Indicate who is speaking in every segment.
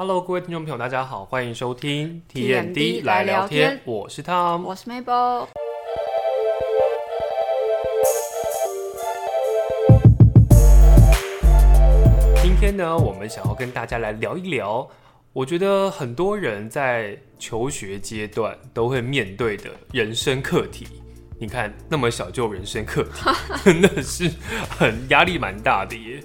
Speaker 1: Hello，各位听众朋友，大家好，欢迎收听
Speaker 2: TMD 来聊天
Speaker 1: 我是 Tom。哦
Speaker 2: 我是 Mabel。
Speaker 1: 今天呢，我们想要跟大家来聊一聊，我觉得很多人在求学阶段都会面对的人生课题。你看，那么小就有人生课 题，真的是很压力蛮大的耶。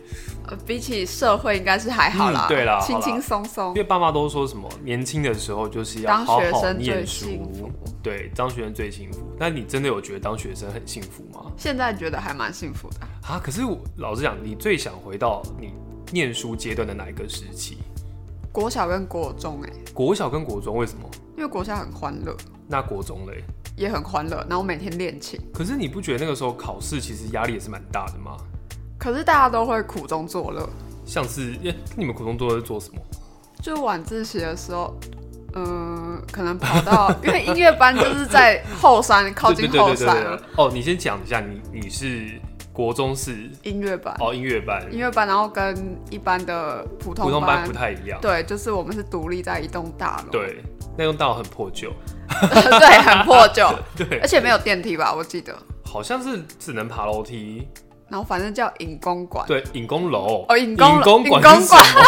Speaker 2: 呃，比起社会应该是还好啦，
Speaker 1: 嗯对啦
Speaker 2: 轻
Speaker 1: 好啦
Speaker 2: 轻松松
Speaker 1: 因为。爸妈都说什么年轻的时候就是要
Speaker 2: 当
Speaker 1: 好
Speaker 2: 学
Speaker 1: 好
Speaker 2: 生最
Speaker 1: 念书
Speaker 2: 幸福，
Speaker 1: 对，当学生最幸福。那你真的有觉得当学生很幸福吗？
Speaker 2: 现在觉得还蛮幸福的。
Speaker 1: 啊，可是我老实讲，你最想回到你念书阶段的哪一个时期？
Speaker 2: 国小跟国中哎、
Speaker 1: 国小跟国中为什么？
Speaker 2: 因为国小很欢乐，
Speaker 1: 那国中嘞？
Speaker 2: 也很欢乐，然后每天练琴。
Speaker 1: 可是你不觉得那个时候考试其实压力也是蛮大的吗？
Speaker 2: 可是大家都会苦中作乐，
Speaker 1: 像是，诶你们国中都在做什么？
Speaker 2: 就晚自习的时候，嗯、可能跑 到因为音乐班就是在后山，靠近
Speaker 1: 对
Speaker 2: 后
Speaker 1: 对对对
Speaker 2: 山
Speaker 1: 对
Speaker 2: 啊
Speaker 1: 对。哦，你先讲一下，你你是国中是
Speaker 2: 音乐班，
Speaker 1: 哦音乐班，
Speaker 2: 音乐班，然后跟一般的普
Speaker 1: 普
Speaker 2: 通
Speaker 1: 通
Speaker 2: 班
Speaker 1: 班不，太一样。
Speaker 2: 对，就是我们是独立在一栋大楼，
Speaker 1: 对，那栋大楼很破旧。
Speaker 2: 对，很破旧，
Speaker 1: 对
Speaker 2: 而，且没有电梯吧？我记得。
Speaker 1: 好像是只能爬楼梯。
Speaker 2: 然后反正叫引弓馆，
Speaker 1: 对，引弓楼。
Speaker 2: 哦引弓
Speaker 1: 引弓馆
Speaker 2: 引弓
Speaker 1: 是什么？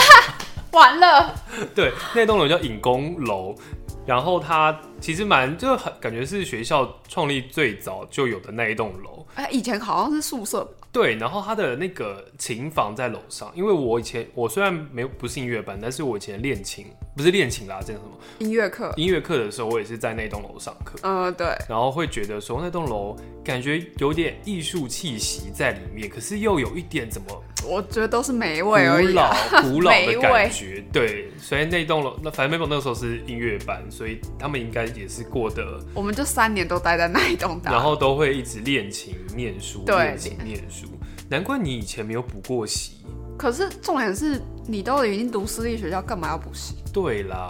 Speaker 2: 完了，
Speaker 1: 对，那栋楼叫引弓楼，然后它其实蛮就很感觉是学校创立最早就有的那一栋楼。
Speaker 2: 哎，以前好像是宿舍，
Speaker 1: 对，然后它的那个琴房在楼上，因为我以前我虽然没有不是音乐班，但是我以前练琴不是练琴啦，这叫什么
Speaker 2: 音乐课，
Speaker 1: 音乐课的时候，我也是在那栋楼上课，
Speaker 2: 呃，对，
Speaker 1: 然后会觉得说那栋楼感觉有点艺术气息在里面，可是又有一点怎么
Speaker 2: 我觉得都是美
Speaker 1: 古
Speaker 2: 味而已啊。
Speaker 1: 老 古老
Speaker 2: 美
Speaker 1: 的
Speaker 2: 味
Speaker 1: 感觉，对，所以那栋楼那反正 Maple 那时候是音乐班，所以他们应该也是过得，
Speaker 2: 我们就三年都待在那一栋大
Speaker 1: 然
Speaker 2: 楼，
Speaker 1: 后都会一直练琴、念书、
Speaker 2: 对
Speaker 1: 练琴、念书。难怪你以前没有补过习，
Speaker 2: 可是重点是你都已经读私立学校，干嘛要补习？
Speaker 1: 对啦。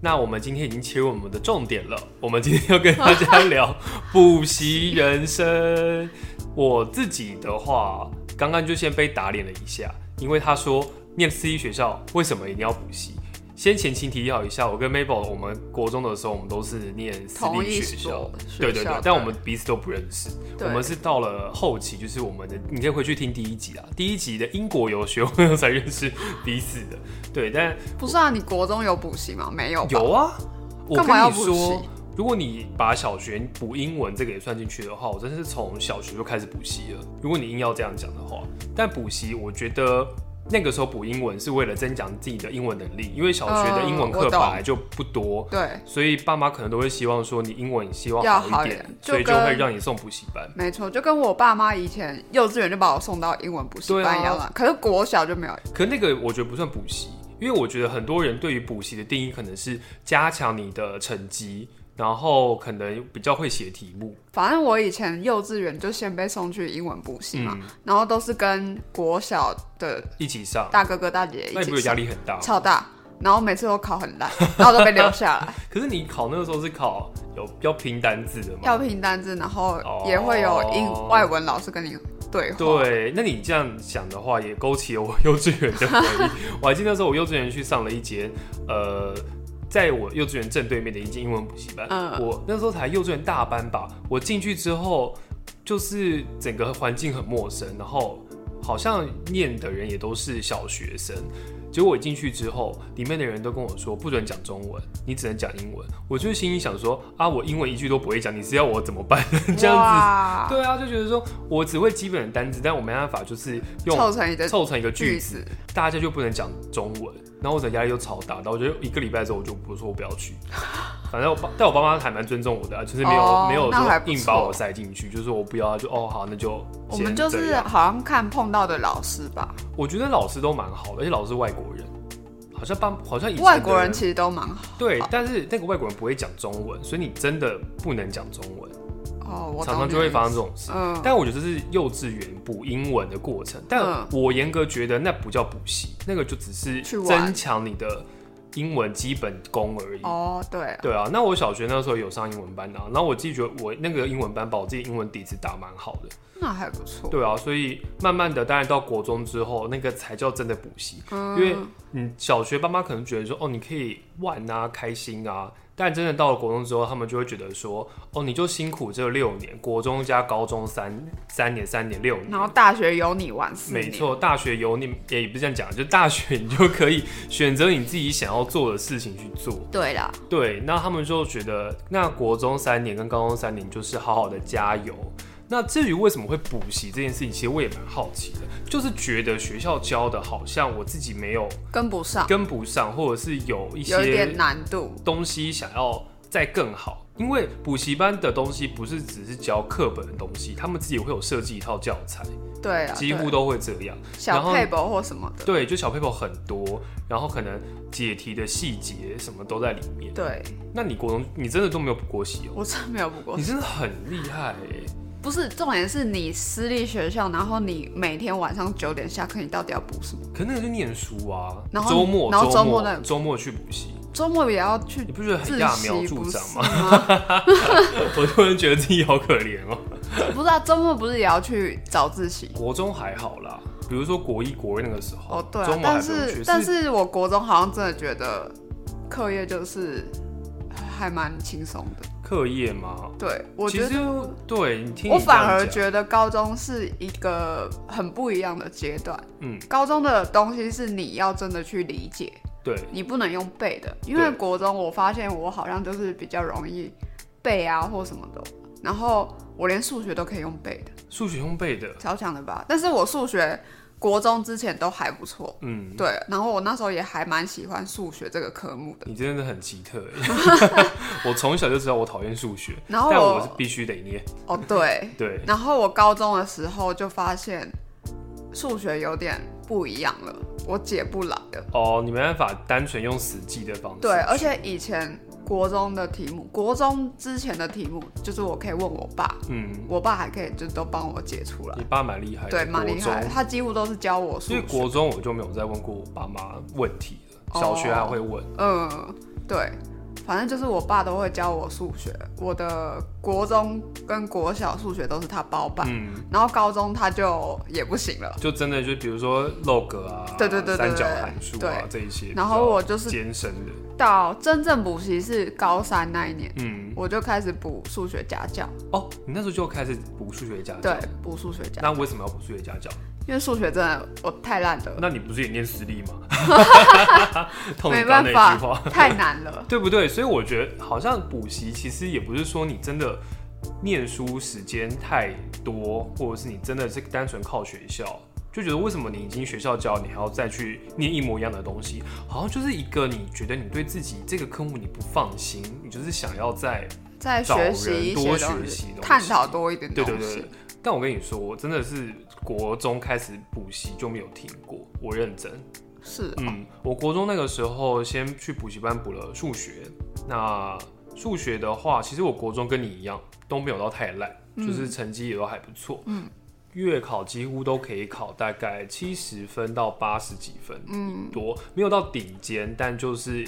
Speaker 1: 那我们今天已经切入我们的重点了，我们今天要跟大家聊补习人生。我自己的话，刚刚就先被打脸了一下，因为他说念私立学校为什么一定要补习？先前情提要一下，我跟 Mabel，我们国中的时候，我们都是念私
Speaker 2: 同
Speaker 1: 立
Speaker 2: 一
Speaker 1: 学校
Speaker 2: 所，学
Speaker 1: 对对对
Speaker 2: 校，
Speaker 1: 但我们彼此都不认识。
Speaker 2: 对
Speaker 1: 我们是到了后期，就是我们的，你可以回去听第一集啊，第一集的英国游学，我们才认识彼此的。对，但
Speaker 2: 不是啊，你国中有补习吗？没有吧，
Speaker 1: 有啊，我跟
Speaker 2: 干嘛要
Speaker 1: 你
Speaker 2: 补
Speaker 1: 说
Speaker 2: 习，
Speaker 1: 如果你把小学补英文这个也算进去的话，我真是从小学就开始补习了。如果你硬要这样讲的话，但补习我觉得。那个时候补英文是为了增强自己的英文能力，因为小学的英文
Speaker 2: 嗯
Speaker 1: 课
Speaker 2: 我
Speaker 1: 本
Speaker 2: 懂
Speaker 1: 来就不多，
Speaker 2: 对，
Speaker 1: 所以爸妈可能都会希望说你英文希望
Speaker 2: 要
Speaker 1: 好
Speaker 2: 好
Speaker 1: 一
Speaker 2: 一
Speaker 1: 点，
Speaker 2: 点
Speaker 1: 所以
Speaker 2: 就
Speaker 1: 就
Speaker 2: 跟
Speaker 1: 会让你送补习班。
Speaker 2: 没错，就跟我爸妈以前幼稚园就把我送到英文补习
Speaker 1: 对啊
Speaker 2: 班一样啦。可是国小就没有，
Speaker 1: 可那个我觉得不算补习，因为我觉得很多人对于补习的定义可能是加强你的成绩，然后可能比较会写题目。
Speaker 2: 反正我以前幼稚园就先被送去英文补习嘛，
Speaker 1: 嗯
Speaker 2: 然后都是跟国小的
Speaker 1: 一起上，
Speaker 2: 大哥哥大姐姐
Speaker 1: 那
Speaker 2: 一
Speaker 1: 你不是
Speaker 2: 起
Speaker 1: 压
Speaker 2: 上，
Speaker 1: 力很大？
Speaker 2: 超大。然后每次都考很烂， 然后都被留 下来，
Speaker 1: 可是你考那个时候是考有要拼单字的吗？
Speaker 2: 要拼单字，然后
Speaker 1: 哦
Speaker 2: 也会有英外文老师跟你对话。，
Speaker 1: 对，那你这样想的话，也勾起了我幼稚园的回忆。我还记得那时候我幼稚园去上了一节，呃，在我幼稚园正对面的一间英文补习班。
Speaker 2: 嗯
Speaker 1: 我那时候才幼稚园大班吧，我进去之后，就是整个环境很陌生，然后好像念的人也都是小学生。结果我一进去之后，里面的人都跟我说不准讲中文，你只能讲英文。我就心里想说啊，我英文一句都不会讲，你是要我怎么办？ 这样子
Speaker 2: 哇，
Speaker 1: 对啊，就觉得说我只会基本的单词，但我没办法，就是用
Speaker 2: 凑成一个
Speaker 1: 凑成一个句
Speaker 2: 句
Speaker 1: 子，
Speaker 2: 子，
Speaker 1: 大家就不能讲中文，然后我的压力就超大，然后我就一个礼拜之后我就不说我不要 去，反正我爸但我爸妈还蛮尊重我的啊，就是没有、
Speaker 2: 哦
Speaker 1: 没有
Speaker 2: 那还不
Speaker 1: 说
Speaker 2: 错
Speaker 1: 硬把我塞进去，就是我不要就哦好那就
Speaker 2: 我
Speaker 1: 先
Speaker 2: 们就
Speaker 1: 这
Speaker 2: 是
Speaker 1: 样
Speaker 2: 好像看碰到的老师吧，
Speaker 1: 我觉得老师都蛮好的，而且老师外国人，好像爸好像以前的
Speaker 2: 外国人其实都蛮好。
Speaker 1: 对，但是那个外国人不会讲中文，所以你真的不能讲中文，
Speaker 2: 哦，我
Speaker 1: 常
Speaker 2: 懂
Speaker 1: 常
Speaker 2: 你
Speaker 1: 就
Speaker 2: 的
Speaker 1: 会
Speaker 2: 意
Speaker 1: 发生
Speaker 2: 思
Speaker 1: 这种事。
Speaker 2: 嗯，
Speaker 1: 但我觉得这是幼稚园补英文的过程，但
Speaker 2: 嗯
Speaker 1: 我严格觉得那不叫补习，那个就只是
Speaker 2: 去玩
Speaker 1: 增强你的英文基本功而已。
Speaker 2: 哦，对，
Speaker 1: 对啊，那我小学那时候有上英文班啊，然后我自己觉得我那个英文班把我自己英文底子打蛮好的。
Speaker 2: 那还不错。
Speaker 1: 对啊，所以慢慢的，当然到国中之后，那个才叫真的补习，
Speaker 2: 嗯
Speaker 1: 因为嗯，小学爸妈可能觉得说，哦，你可以玩啊，开心啊。但真的到了国中之后，他们就会觉得说，哦，你就辛苦这六年，国中加高中三三年，三年六年，
Speaker 2: 然后大学有你玩四年，
Speaker 1: 没错，大学有你也不是这样讲，就大学你就可以选择你自己想要做的事情去做。
Speaker 2: 对啦，
Speaker 1: 对，那他们就觉得，那国中三年跟高中三年就是好好的加油。那至于为什么会补习这件事情，其实我也蛮好奇的，就是觉得学校教的好像我自己没有
Speaker 2: 跟不上，
Speaker 1: 跟不上，或者是有一
Speaker 2: 有一点
Speaker 1: 些
Speaker 2: 难度。
Speaker 1: 东西想要再更好。因为补习班的东西不是只是教课本的东西，他们自己会有设计一套教材，
Speaker 2: 对啊，
Speaker 1: 几乎
Speaker 2: 对
Speaker 1: 都会这样。然
Speaker 2: 小
Speaker 1: 后
Speaker 2: 配博或什么的，
Speaker 1: 对，就小 paper 很多，然后可能解题的细节什么都在里面。
Speaker 2: 对
Speaker 1: 那你国中你真的都没有补过习哦？
Speaker 2: 我真没有补过
Speaker 1: 你。真的很厉害欸
Speaker 2: 不是重点是你私立学校，然后你每天晚上九点下课，你到底要补什么？
Speaker 1: 可那个是念书啊，
Speaker 2: 然后
Speaker 1: 周末
Speaker 2: 然后周
Speaker 1: 周
Speaker 2: 末
Speaker 1: 末
Speaker 2: 呢
Speaker 1: 周末去补习，
Speaker 2: 周末也要去
Speaker 1: 你不觉得很
Speaker 2: 自
Speaker 1: 揠苗
Speaker 2: 习，
Speaker 1: 助
Speaker 2: 不是
Speaker 1: 长吗？
Speaker 2: 吗？
Speaker 1: 我突然觉得自己好可怜哦。
Speaker 2: 不是啊，周末不是也要去早自习？
Speaker 1: 国中还好啦，比如说国一国二那个时候，
Speaker 2: 哦，对、
Speaker 1: 周末
Speaker 2: 啊，
Speaker 1: 还
Speaker 2: 但
Speaker 1: 不用去
Speaker 2: 是，但是我国中好像真的觉得课业就是还蛮轻松的。
Speaker 1: 课业嘛，
Speaker 2: 对，我
Speaker 1: 其
Speaker 2: 觉
Speaker 1: 实
Speaker 2: 得
Speaker 1: 对你听
Speaker 2: 我
Speaker 1: 你这样
Speaker 2: 反而
Speaker 1: 讲
Speaker 2: 觉得高中是一个很不一样的阶段。
Speaker 1: 嗯
Speaker 2: 高中的东西是你要真的去理解，
Speaker 1: 对
Speaker 2: 你不能用背的，因为
Speaker 1: 对
Speaker 2: 国中我发现我好像就是比较容易背啊或什么的，然后我连数学都可以用背的，
Speaker 1: 数学用背的，
Speaker 2: 超强的吧？但是我数学国中之前都还不错，
Speaker 1: 嗯，
Speaker 2: 对，然后我那时候也还蛮喜欢数学这个科目的。
Speaker 1: 你真的很奇特欸。 我从小就知道我讨厌数学，
Speaker 2: 然后
Speaker 1: 但
Speaker 2: 我
Speaker 1: 我是必须得念。
Speaker 2: 哦，对，
Speaker 1: 对，
Speaker 2: 然后我高中的时候就发现数学有点不一样了，我解不来了。
Speaker 1: 哦，你没办法单纯用死记的方式。
Speaker 2: 对，而且以前国中的题目，国中之前的题目，就是我可以问我爸，
Speaker 1: 嗯，
Speaker 2: 我爸还可以就都帮我解出来
Speaker 1: 你，爸蛮厉害的，
Speaker 2: 对，蛮厉害
Speaker 1: 国
Speaker 2: 的，
Speaker 1: 中。
Speaker 2: 他几乎都是教我数
Speaker 1: 所以
Speaker 2: 学。
Speaker 1: 国中我就没有再问过我爸妈问题了，
Speaker 2: 哦
Speaker 1: 小学还会问。
Speaker 2: 嗯，对，反正就是我爸都会教我数学，我的国中跟国小数学都是他包办，
Speaker 1: 嗯，
Speaker 2: 然后高中他就也不行了。
Speaker 1: 就真的就比如说 log 啊，
Speaker 2: 对对对对
Speaker 1: 三角函数啊
Speaker 2: 对
Speaker 1: 这一些。
Speaker 2: 然后我就是
Speaker 1: 艰深的，
Speaker 2: 到真正补习是高三那一年，
Speaker 1: 嗯，
Speaker 2: 我就开始补数学家教，
Speaker 1: 哦，你那时候就开始补数学家教
Speaker 2: 对。，补数学家，
Speaker 1: 那为什么要补数学家教？
Speaker 2: 因为数学真的我太烂了，
Speaker 1: 那你不是也念私立 吗？痛
Speaker 2: 没
Speaker 1: 你刚刚
Speaker 2: 办
Speaker 1: 那
Speaker 2: 法
Speaker 1: 句话，，
Speaker 2: 太难了。
Speaker 1: 对不对？所以我觉得好像补习其实也不是说你真的念书时间太多，或者是你真的是单纯靠学校，就觉得为什么你已经学校教你还要再去念一模一样的东西，好像就是一个你觉得你对自己这个科目你不放心，你就是想要在
Speaker 2: 再学习
Speaker 1: 找人
Speaker 2: 一些东
Speaker 1: 多学习
Speaker 2: 西
Speaker 1: 东，西
Speaker 2: 探讨多一点
Speaker 1: 对
Speaker 2: 东西。
Speaker 1: 对对。但我跟你说，我真的是国中开始补习就没有停过，我认真。
Speaker 2: 是哦、
Speaker 1: 嗯，我国中那个时候先去补习班补了数学。那数学的话，其实我国中跟你一样都没有到太烂，就是成绩也都还不错。嗯，月考几乎都可以考大概七十分到八十几分，嗯，多没有到顶尖，但就是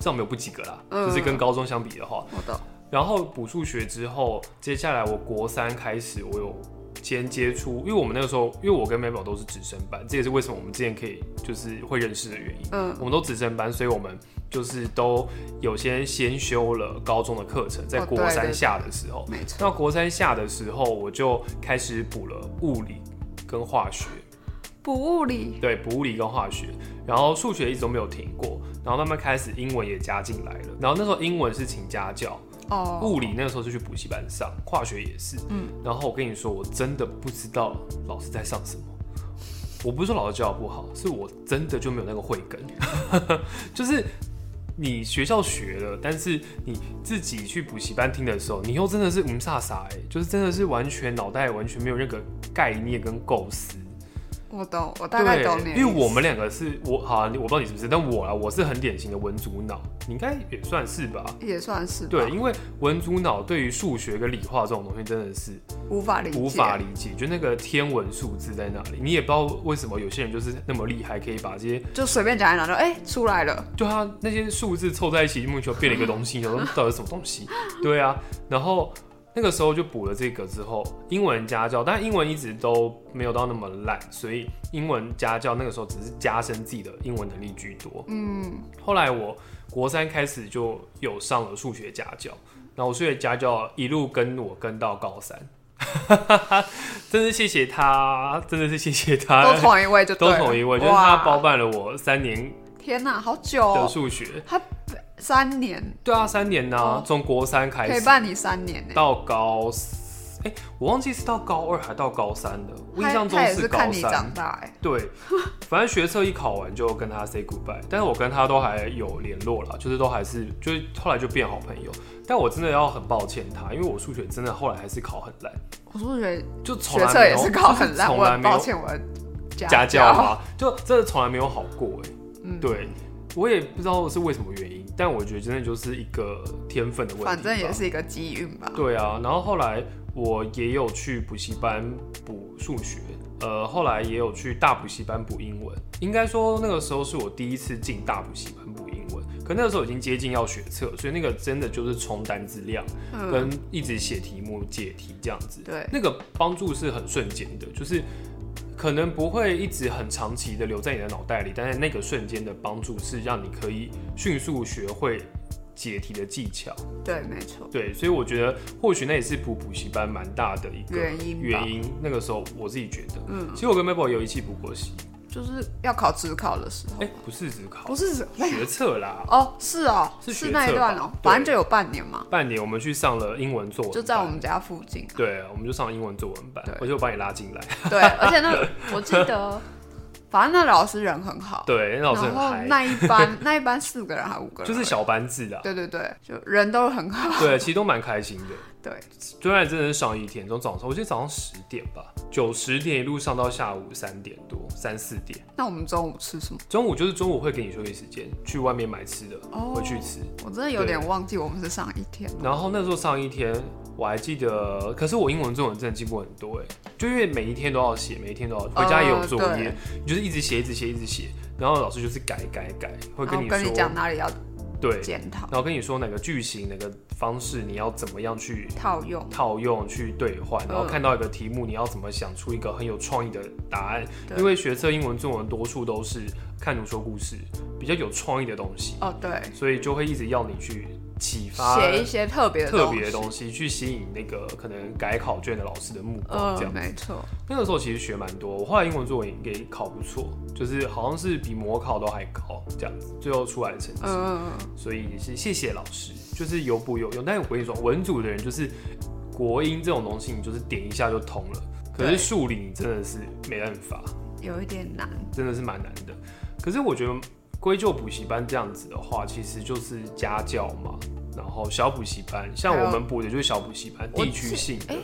Speaker 1: 上没有不及格啦，
Speaker 2: 嗯
Speaker 1: 就是跟高中相比的话。
Speaker 2: 我懂。
Speaker 1: 然后补数学之后，接下来我国三开始，我有先接触，因为我们那个时候，因为我跟 Mabel 都是直升班，这也是为什么我们之前可以就是会认识的原因。
Speaker 2: 嗯，
Speaker 1: 我们都直升班，所以我们就是都有些先修了高中的课程，在
Speaker 2: 哦
Speaker 1: 国
Speaker 2: 对对
Speaker 1: 三
Speaker 2: 哦对
Speaker 1: 下的时候。
Speaker 2: 没错。
Speaker 1: 到国三下的时候，我就开始补了物理跟化学。
Speaker 2: 补物理，
Speaker 1: 对，补物理跟化学，然后数学一直都没有停过，然后慢慢开始英文也加进来了。然后那时候英文是请家教，
Speaker 2: 哦，
Speaker 1: 物理那个时候就去补习班上，化学也是。嗯，
Speaker 2: 嗯
Speaker 1: 然后我跟你说，我真的不知道老师在上什么。我不是说老师教的不好，是我真的就没有那个慧根， 就是。你学校学了，但是你自己去补习班听的时候，你又真的是嗯傻傻哎，就是真的是完全脑袋完全没有任何概念跟构思。
Speaker 2: 我懂，我大
Speaker 1: 对，
Speaker 2: 概懂你的意思。
Speaker 1: 因为我们两个是我好、啊，我不知道你是不是，但我啊，我是很典型的文组脑，你应该也算是吧？
Speaker 2: 也算是吧
Speaker 1: 对，因为文组脑对于数学跟理化这种东西真的是
Speaker 2: 无法理解，
Speaker 1: 无法理解，就那个天文数字在那里，你也不知道为什么有些人就是那么厉害，可以把这些
Speaker 2: 就随便讲一讲就哎、出来了，
Speaker 1: 就他 啊那些数字凑在一起，莫名其妙变了一个东西，然后到底是什么东西？对啊，然后那个时候就补了这个之后，英文家教，但英文一直都没有到那么烂，所以英文家教那个时候只是加深自己的英文能力居多。
Speaker 2: 嗯，
Speaker 1: 后来我国三开始就有上了数学家教，然后我数学家教一路跟我跟到高三， 真是谢谢他，真的是谢谢他，
Speaker 2: 都同一位就对
Speaker 1: 哎都
Speaker 2: 了
Speaker 1: 同一位，就是他
Speaker 2: 哇
Speaker 1: 包办了我三年
Speaker 2: 天哪，好久、
Speaker 1: 的
Speaker 2: 哦，
Speaker 1: 数学。
Speaker 2: 三年
Speaker 1: 对啊，三年呐、
Speaker 2: 哦
Speaker 1: 从国三开
Speaker 2: 陪
Speaker 1: 始
Speaker 2: 伴你三年呢、
Speaker 1: 到高四，哎、我忘记是到高二还到高三的，我印
Speaker 2: 他
Speaker 1: 象中
Speaker 2: 他也是
Speaker 1: 高
Speaker 2: 看你长
Speaker 1: 三。
Speaker 2: 大哎、
Speaker 1: 对，反正学测一考完就跟他 say goodbye，但是我跟他都还有联络啦，就是都还是就是后来就变好朋友。但我真的要很抱歉他，因为我数学真的后来还是考很烂，
Speaker 2: 我数学
Speaker 1: 就从
Speaker 2: 学
Speaker 1: 来
Speaker 2: 测
Speaker 1: 没
Speaker 2: 也
Speaker 1: 有
Speaker 2: 是考很烂，
Speaker 1: 从
Speaker 2: 我
Speaker 1: 来
Speaker 2: 很
Speaker 1: 没
Speaker 2: 抱
Speaker 1: 有
Speaker 2: 歉，我的
Speaker 1: 家教
Speaker 2: 教
Speaker 1: 啊，就真的从来没有好过哎、
Speaker 2: 嗯
Speaker 1: 对，我也不知道是为什么原因，但我觉得真的就是一个天分的问题吧。
Speaker 2: 反正也是一个机运吧。
Speaker 1: 对啊，然后后来我也有去补习班补数学，呃，后来也有去大补习班补英文。应该说那个时候是我第一次进大补习班补英文，可那个时候已经接近要学测，所以那个真的就是冲单字量
Speaker 2: 嗯，
Speaker 1: 跟一直写题目解题这样子。
Speaker 2: 对，
Speaker 1: 那个帮助是很瞬间的，就是可能不会一直很长期的留在你的脑袋里，但是那个瞬间的帮助是让你可以迅速学会解题的技巧。
Speaker 2: 对，没错。
Speaker 1: 对，所以我觉得或许那也是补补习班蛮大的一个
Speaker 2: 原因吧
Speaker 1: 原因。那个时候我自己觉得，
Speaker 2: 嗯
Speaker 1: 其实我跟 Maple 有一起补过习，
Speaker 2: 就是要考职考的时候，
Speaker 1: 哎、不是只考
Speaker 2: 不是指
Speaker 1: 学测啦，
Speaker 2: 哦，是哦，
Speaker 1: 是学
Speaker 2: 那一
Speaker 1: 测
Speaker 2: 段
Speaker 1: 吧
Speaker 2: 哦，
Speaker 1: 对
Speaker 2: 反正就有半年嘛，
Speaker 1: 半年我们去上了英文作文班，
Speaker 2: 就在我们家附近、啊。
Speaker 1: 对，我们就上英文作文班
Speaker 2: 对，
Speaker 1: 我就把你拉进来。
Speaker 2: 对，而 且那我记得，反正那老师人很好，
Speaker 1: 对，那老师很
Speaker 2: 然后
Speaker 1: 嗨，
Speaker 2: 那一 班那一班四个人还五个
Speaker 1: 就
Speaker 2: 人，
Speaker 1: 是，小班制的啊，
Speaker 2: 对对对，就人都很好，
Speaker 1: 对，其实都蛮开心的。
Speaker 2: 对，
Speaker 1: 虽然真的是上一天，从早上我记得早上十点吧，九十点一路上到下午三点多，三四点。
Speaker 2: 那我们中午吃什么？
Speaker 1: 中午就是中午会给你休息时间，去外面买吃的，
Speaker 2: 哦
Speaker 1: 回去吃。
Speaker 2: 我真的有点忘记我们是上一天，
Speaker 1: 然后那时候上一天，我还记得，可是我英文、中文真的进步很多哎，就因为每一天都要写，每一天都要回家也有作
Speaker 2: 呃
Speaker 1: 业，
Speaker 2: 对
Speaker 1: 你就是一直写、一直写、一直写，然后老师就是改、改、改，会
Speaker 2: 然
Speaker 1: 跟
Speaker 2: 后
Speaker 1: 你说
Speaker 2: 哦跟你讲哪里要
Speaker 1: 对，
Speaker 2: 检讨
Speaker 1: 然后跟你说哪个句型、哪个方式你要怎么样去
Speaker 2: 套用，
Speaker 1: 套用去兑换，然后
Speaker 2: 嗯
Speaker 1: 看到一个题目，你要怎么想出一个很有创意的答案？
Speaker 2: 对
Speaker 1: 因为学测英文、中文多数都是看图说故事，比较有创意的东西，
Speaker 2: 哦对，
Speaker 1: 所以就会一直要你去启发
Speaker 2: 写一些特别的
Speaker 1: 特别的
Speaker 2: 西，
Speaker 1: 东西，去吸引那个可能改考卷的老师的目光。这
Speaker 2: 嗯，
Speaker 1: 样，
Speaker 2: 没错，
Speaker 1: 那个时候其实学蛮多，我后来英文作文也考不错，就是好像是比模考都还高，这样子，最后出来的成绩。
Speaker 2: 嗯，
Speaker 1: 所以也是谢谢老师，就是有补有用。但是我跟你说，文组的人就是国音这种东西，你就是点一下就通了。可
Speaker 2: 对
Speaker 1: 是数理你真的是没办法，
Speaker 2: 有一点难，
Speaker 1: 真的是蛮难的。可是我觉得归咎补习班这样子的话，其实就是家教嘛，然后小补习班，像
Speaker 2: 还有
Speaker 1: 我们补的就是小补习班，
Speaker 2: 我
Speaker 1: 地区
Speaker 2: 记
Speaker 1: 性的
Speaker 2: 哎。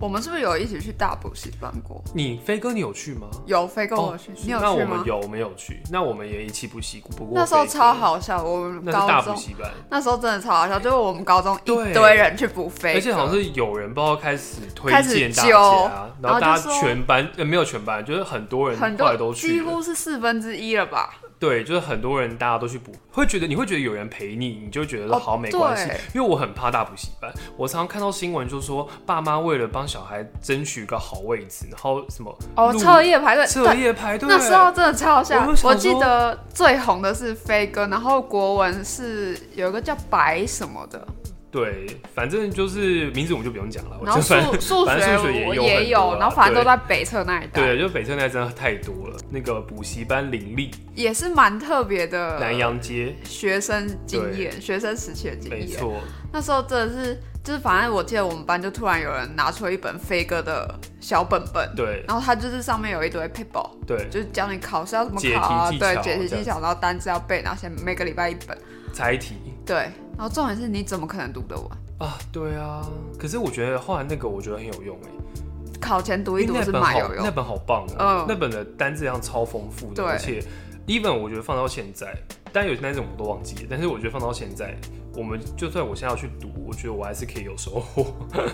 Speaker 2: 我们是不是有一起去大补习班过？
Speaker 1: 你飞哥，你有去吗？
Speaker 2: 有飞跟我去，
Speaker 1: 哦
Speaker 2: 你有
Speaker 1: 那
Speaker 2: 去
Speaker 1: 我们
Speaker 2: 吗？
Speaker 1: 有，我们有去。那我们也一起补习不过
Speaker 2: 那时候
Speaker 1: 飞哥
Speaker 2: 超，好笑，我们
Speaker 1: 那是大
Speaker 2: 高
Speaker 1: 补
Speaker 2: 中
Speaker 1: 习班。
Speaker 2: 那时候真的超好笑，就是我们高中
Speaker 1: 对
Speaker 2: 一堆人去补飞，
Speaker 1: 而且好像是有人不知道开始推
Speaker 2: 开始
Speaker 1: 荐大
Speaker 2: 揪
Speaker 1: 家，然后大
Speaker 2: 然后就说
Speaker 1: 家全班呃没有全班，就是很多人
Speaker 2: 很
Speaker 1: 后来
Speaker 2: 多
Speaker 1: 都
Speaker 2: 几
Speaker 1: 去了，
Speaker 2: 乎是四分之一了吧？
Speaker 1: 对，就是很多人大家都去补，会觉得你会觉得有人陪你，你就觉得说
Speaker 2: 哦
Speaker 1: 好没关系
Speaker 2: 对，
Speaker 1: 因为我很怕大补习班，我常常看到新闻就说爸妈为了帮小孩争取一个好位置，然后什么
Speaker 2: 哦，
Speaker 1: 路
Speaker 2: 彻夜排队，
Speaker 1: 彻
Speaker 2: 对，
Speaker 1: 夜排队，
Speaker 2: 那时候真的超好笑
Speaker 1: 我就想。说
Speaker 2: 我记得最红的是飞哥，然后国文是有一个叫白什么的，
Speaker 1: 对，反正就是名字我们就不用讲了，我
Speaker 2: 然后
Speaker 1: 哦就反
Speaker 2: 数数
Speaker 1: 反正数学
Speaker 2: 学我
Speaker 1: 有
Speaker 2: 也
Speaker 1: 也
Speaker 2: 有，然后反正都
Speaker 1: 在
Speaker 2: 在北侧那一带，
Speaker 1: 对，就北车那真的太多了，那个补习班林立
Speaker 2: 也是蛮特别的
Speaker 1: 南洋街，
Speaker 2: 学生经验，学生时期的经
Speaker 1: 没
Speaker 2: 验。
Speaker 1: 错。
Speaker 2: 那时候真的是，就是反正我记得我们班就突然有人拿出一本飞哥的小本本，
Speaker 1: 对
Speaker 2: 然后它就是上面有一堆 paper，
Speaker 1: 对，
Speaker 2: 就是教你考试要怎么
Speaker 1: 解题
Speaker 2: 考啊，
Speaker 1: 技
Speaker 2: 对
Speaker 1: 巧，
Speaker 2: 解题
Speaker 1: 这
Speaker 2: 技
Speaker 1: 样
Speaker 2: 巧，然后单词要背，然后先每个礼拜一本，
Speaker 1: 猜题
Speaker 2: 对，然后重点是你怎么可能读得完？
Speaker 1: 啊，对啊。可是我觉得后来那个我觉得很有用哎，
Speaker 2: 考前读一
Speaker 1: 因
Speaker 2: 读
Speaker 1: 为那
Speaker 2: 是
Speaker 1: 本
Speaker 2: 蛮
Speaker 1: 好
Speaker 2: 有，
Speaker 1: 那
Speaker 2: 用，
Speaker 1: 本好棒哦、
Speaker 2: 嗯
Speaker 1: 那本的单质量超丰富的，
Speaker 2: 对
Speaker 1: 而且 even 我觉得放到现在，但有些单词我都忘记了，但是我觉得放到现在，我们就算我现在要去读，我觉得我还是可以有收获。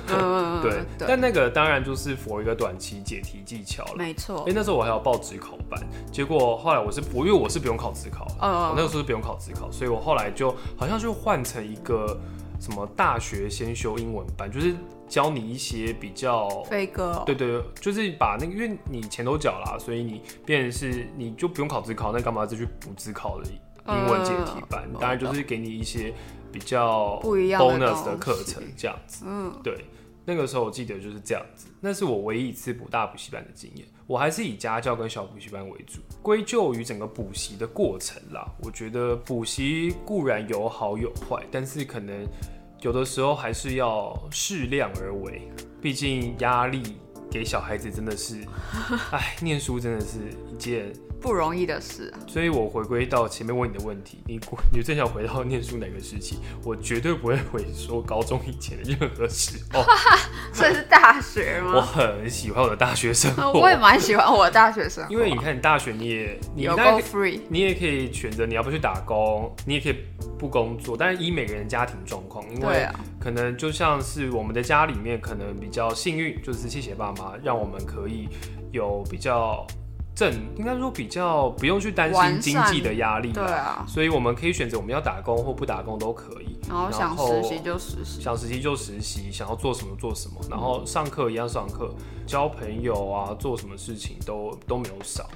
Speaker 2: 嗯，
Speaker 1: 对，
Speaker 2: 对，
Speaker 1: 但那个当然就是佛一个短期解题技巧了。
Speaker 2: 没错
Speaker 1: 哎、，那时候我还有报职考班，结果后来我是我因为我是不用考职考的，啊哦
Speaker 2: 嗯
Speaker 1: 我那个时候是不用考职考，所以我后来就好像就换成一个什么大学先修英文班，就是教你一些比较。
Speaker 2: 飞哥、哦，
Speaker 1: 对对，对就是把那个，因为你钱都缴啦，所以你变成是你就不用考自考，那干嘛再去补自考的英文解题班？
Speaker 2: 嗯
Speaker 1: 当然就是给你一些比较
Speaker 2: 不一样的
Speaker 1: bonus 的
Speaker 2: 东
Speaker 1: 课
Speaker 2: 西
Speaker 1: 程这样子。
Speaker 2: 嗯，
Speaker 1: 对，那个时候我记得就是这样子，那是我唯一一次补大补习班的经验。我还是以家教跟小补习班为主，归咎于整个补习的过程啦。我觉得补习固然有好有坏，但是可能有的时候还是要适量而为，毕竟压力给小孩子真的是，哎，念书真的是一件。
Speaker 2: 不容易的事啊。
Speaker 1: 所以我回归到前面问你的问题，你 你最想回到念书哪个时期？我绝对不会回说高中以前的任何时 候。
Speaker 2: 所以是大学
Speaker 1: 我
Speaker 2: 吗？
Speaker 1: 很喜欢我的大学生活，
Speaker 2: 啊我也蛮喜欢我的大学生活，
Speaker 1: 因为你看，你大学你也你
Speaker 2: 有
Speaker 1: 大
Speaker 2: 够
Speaker 1: 概
Speaker 2: free，
Speaker 1: 你也可以选择你要不去打工，你也可以不工作，但是依每个人家庭状况，因
Speaker 2: 对
Speaker 1: 为
Speaker 2: 啊，
Speaker 1: 可能就像是我们的家里面可能比较幸运，就是谢谢爸妈让我们可以有比较正，应该说比较不用去担心
Speaker 2: 完
Speaker 1: 经济
Speaker 2: 善
Speaker 1: 的压力
Speaker 2: 对
Speaker 1: 吧，
Speaker 2: 啊，
Speaker 1: 所以我们可以选择我们要打工或不打工都可以。
Speaker 2: 然后想实习就实习，
Speaker 1: 想实习就实习，想要做什么做什么，然后上课一样上课，交朋友啊，做什么事情都都没有少。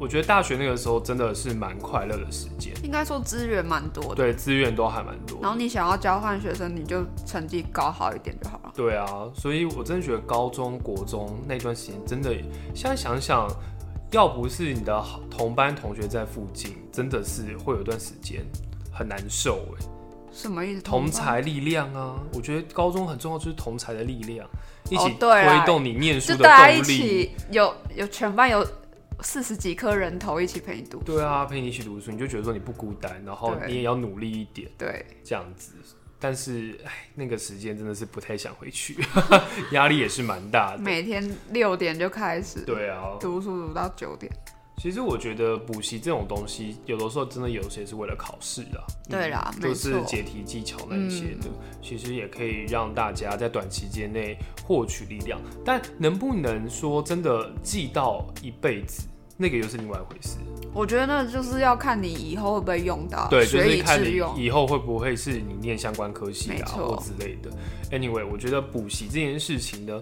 Speaker 1: 我觉得大学那个时候真的是蛮快乐的时间，
Speaker 2: 应该说资源蛮多的。
Speaker 1: 对，资源都还蛮多的
Speaker 2: 然后你想要交换学生，你就成绩高好一点就好了。
Speaker 1: 对啊，所以我真的觉得高中、国中那段时间真的，现在想想，要不是你的好同班同学在附近，真的是会有一段时间很难受哎。
Speaker 2: 什么意思？
Speaker 1: 同
Speaker 2: 班
Speaker 1: 才力量啊，我觉得高中很重要就是同才的力量，一起
Speaker 2: 哦对啊
Speaker 1: 推动你念书
Speaker 2: 就
Speaker 1: 的
Speaker 2: 大家一
Speaker 1: 动力。
Speaker 2: 起有有全班有四十几颗人头一起陪你读，
Speaker 1: 对啊，陪你一起读书，你就觉得说你不孤单，然后
Speaker 2: 对
Speaker 1: 你也要努力一点，
Speaker 2: 对，
Speaker 1: 这样子。但是，哎，那个时间真的是不太想回去， 压力也是蛮大的。
Speaker 2: 每天六点就开始
Speaker 1: 啊对啊，
Speaker 2: 读书读到九点。
Speaker 1: 其实我觉得补习这种东西，有的时候真的有些是为了考试啊。
Speaker 2: 对啦
Speaker 1: 嗯
Speaker 2: 没
Speaker 1: 就
Speaker 2: 错嗯
Speaker 1: 是解题技巧那一些的，其实也可以让大家在短期间内获取力量。但能不能说真的记到一辈子，那个又是另外一回事。
Speaker 2: 我觉得那就是要看你以后会不会用到，
Speaker 1: 对，就
Speaker 2: 啊学
Speaker 1: 是
Speaker 2: 以
Speaker 1: 看
Speaker 2: 致
Speaker 1: 你
Speaker 2: 用。
Speaker 1: 以后会不会是你念相关科系
Speaker 2: 没
Speaker 1: 啊
Speaker 2: 错
Speaker 1: 或之类的。Anyway，我觉得补习这件事情呢，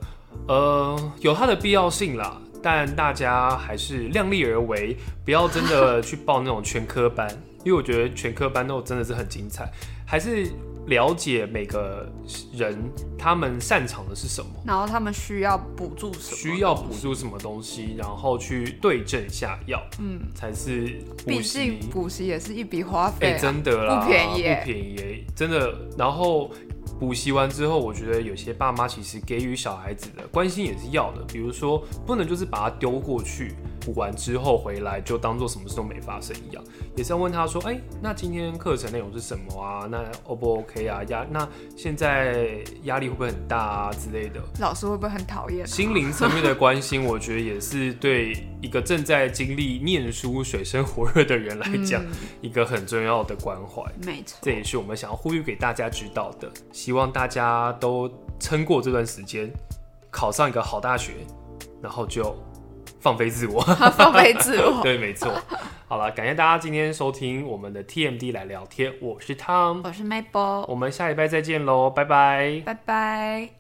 Speaker 1: 呃，有它的必要性啦，但大家还是量力而为，不要真 的去报那种全科班，因为我觉得全科班都真的是很精彩，还是了解每个人他们擅长的是什么。
Speaker 2: 然后他们需要补助什么？
Speaker 1: 需要补助什么东西，然后去对症下药，
Speaker 2: 嗯，
Speaker 1: 才是补
Speaker 2: 毕
Speaker 1: 习
Speaker 2: 竟补习也是一笔花
Speaker 1: 哎、
Speaker 2: 费、啊
Speaker 1: 真的啦，
Speaker 2: 不便宜
Speaker 1: 不便宜，真的。然后补习完之后，我觉得有些爸妈其实给予小孩子的关心也是要的，比如说不能就是把他丢过去，补完之后回来就当做什么事都没发生一样，也是要问他说，哎、那今天课程内容是什么啊？那 O 不 OK 啊？压那现在压力会不会很大啊之类的？
Speaker 2: 老师会不会很讨厌啊、
Speaker 1: 心灵层面的关心，我觉得也是对一个正在经历念书水深火热的人来讲，
Speaker 2: 嗯
Speaker 1: 一个很重要的关怀。
Speaker 2: 没错
Speaker 1: 这，也是我们想要呼吁给大家知道的，希望大家都撑过这段时间，考上一个好大学，然后就放飞自我。
Speaker 2: 放飞自我。
Speaker 1: 对，没错。好了，感谢大家今天收听我们的 TMD 来聊天，我是汤，
Speaker 2: 我是 Maple，
Speaker 1: 我们下礼拜再见喽，拜拜。
Speaker 2: 拜拜。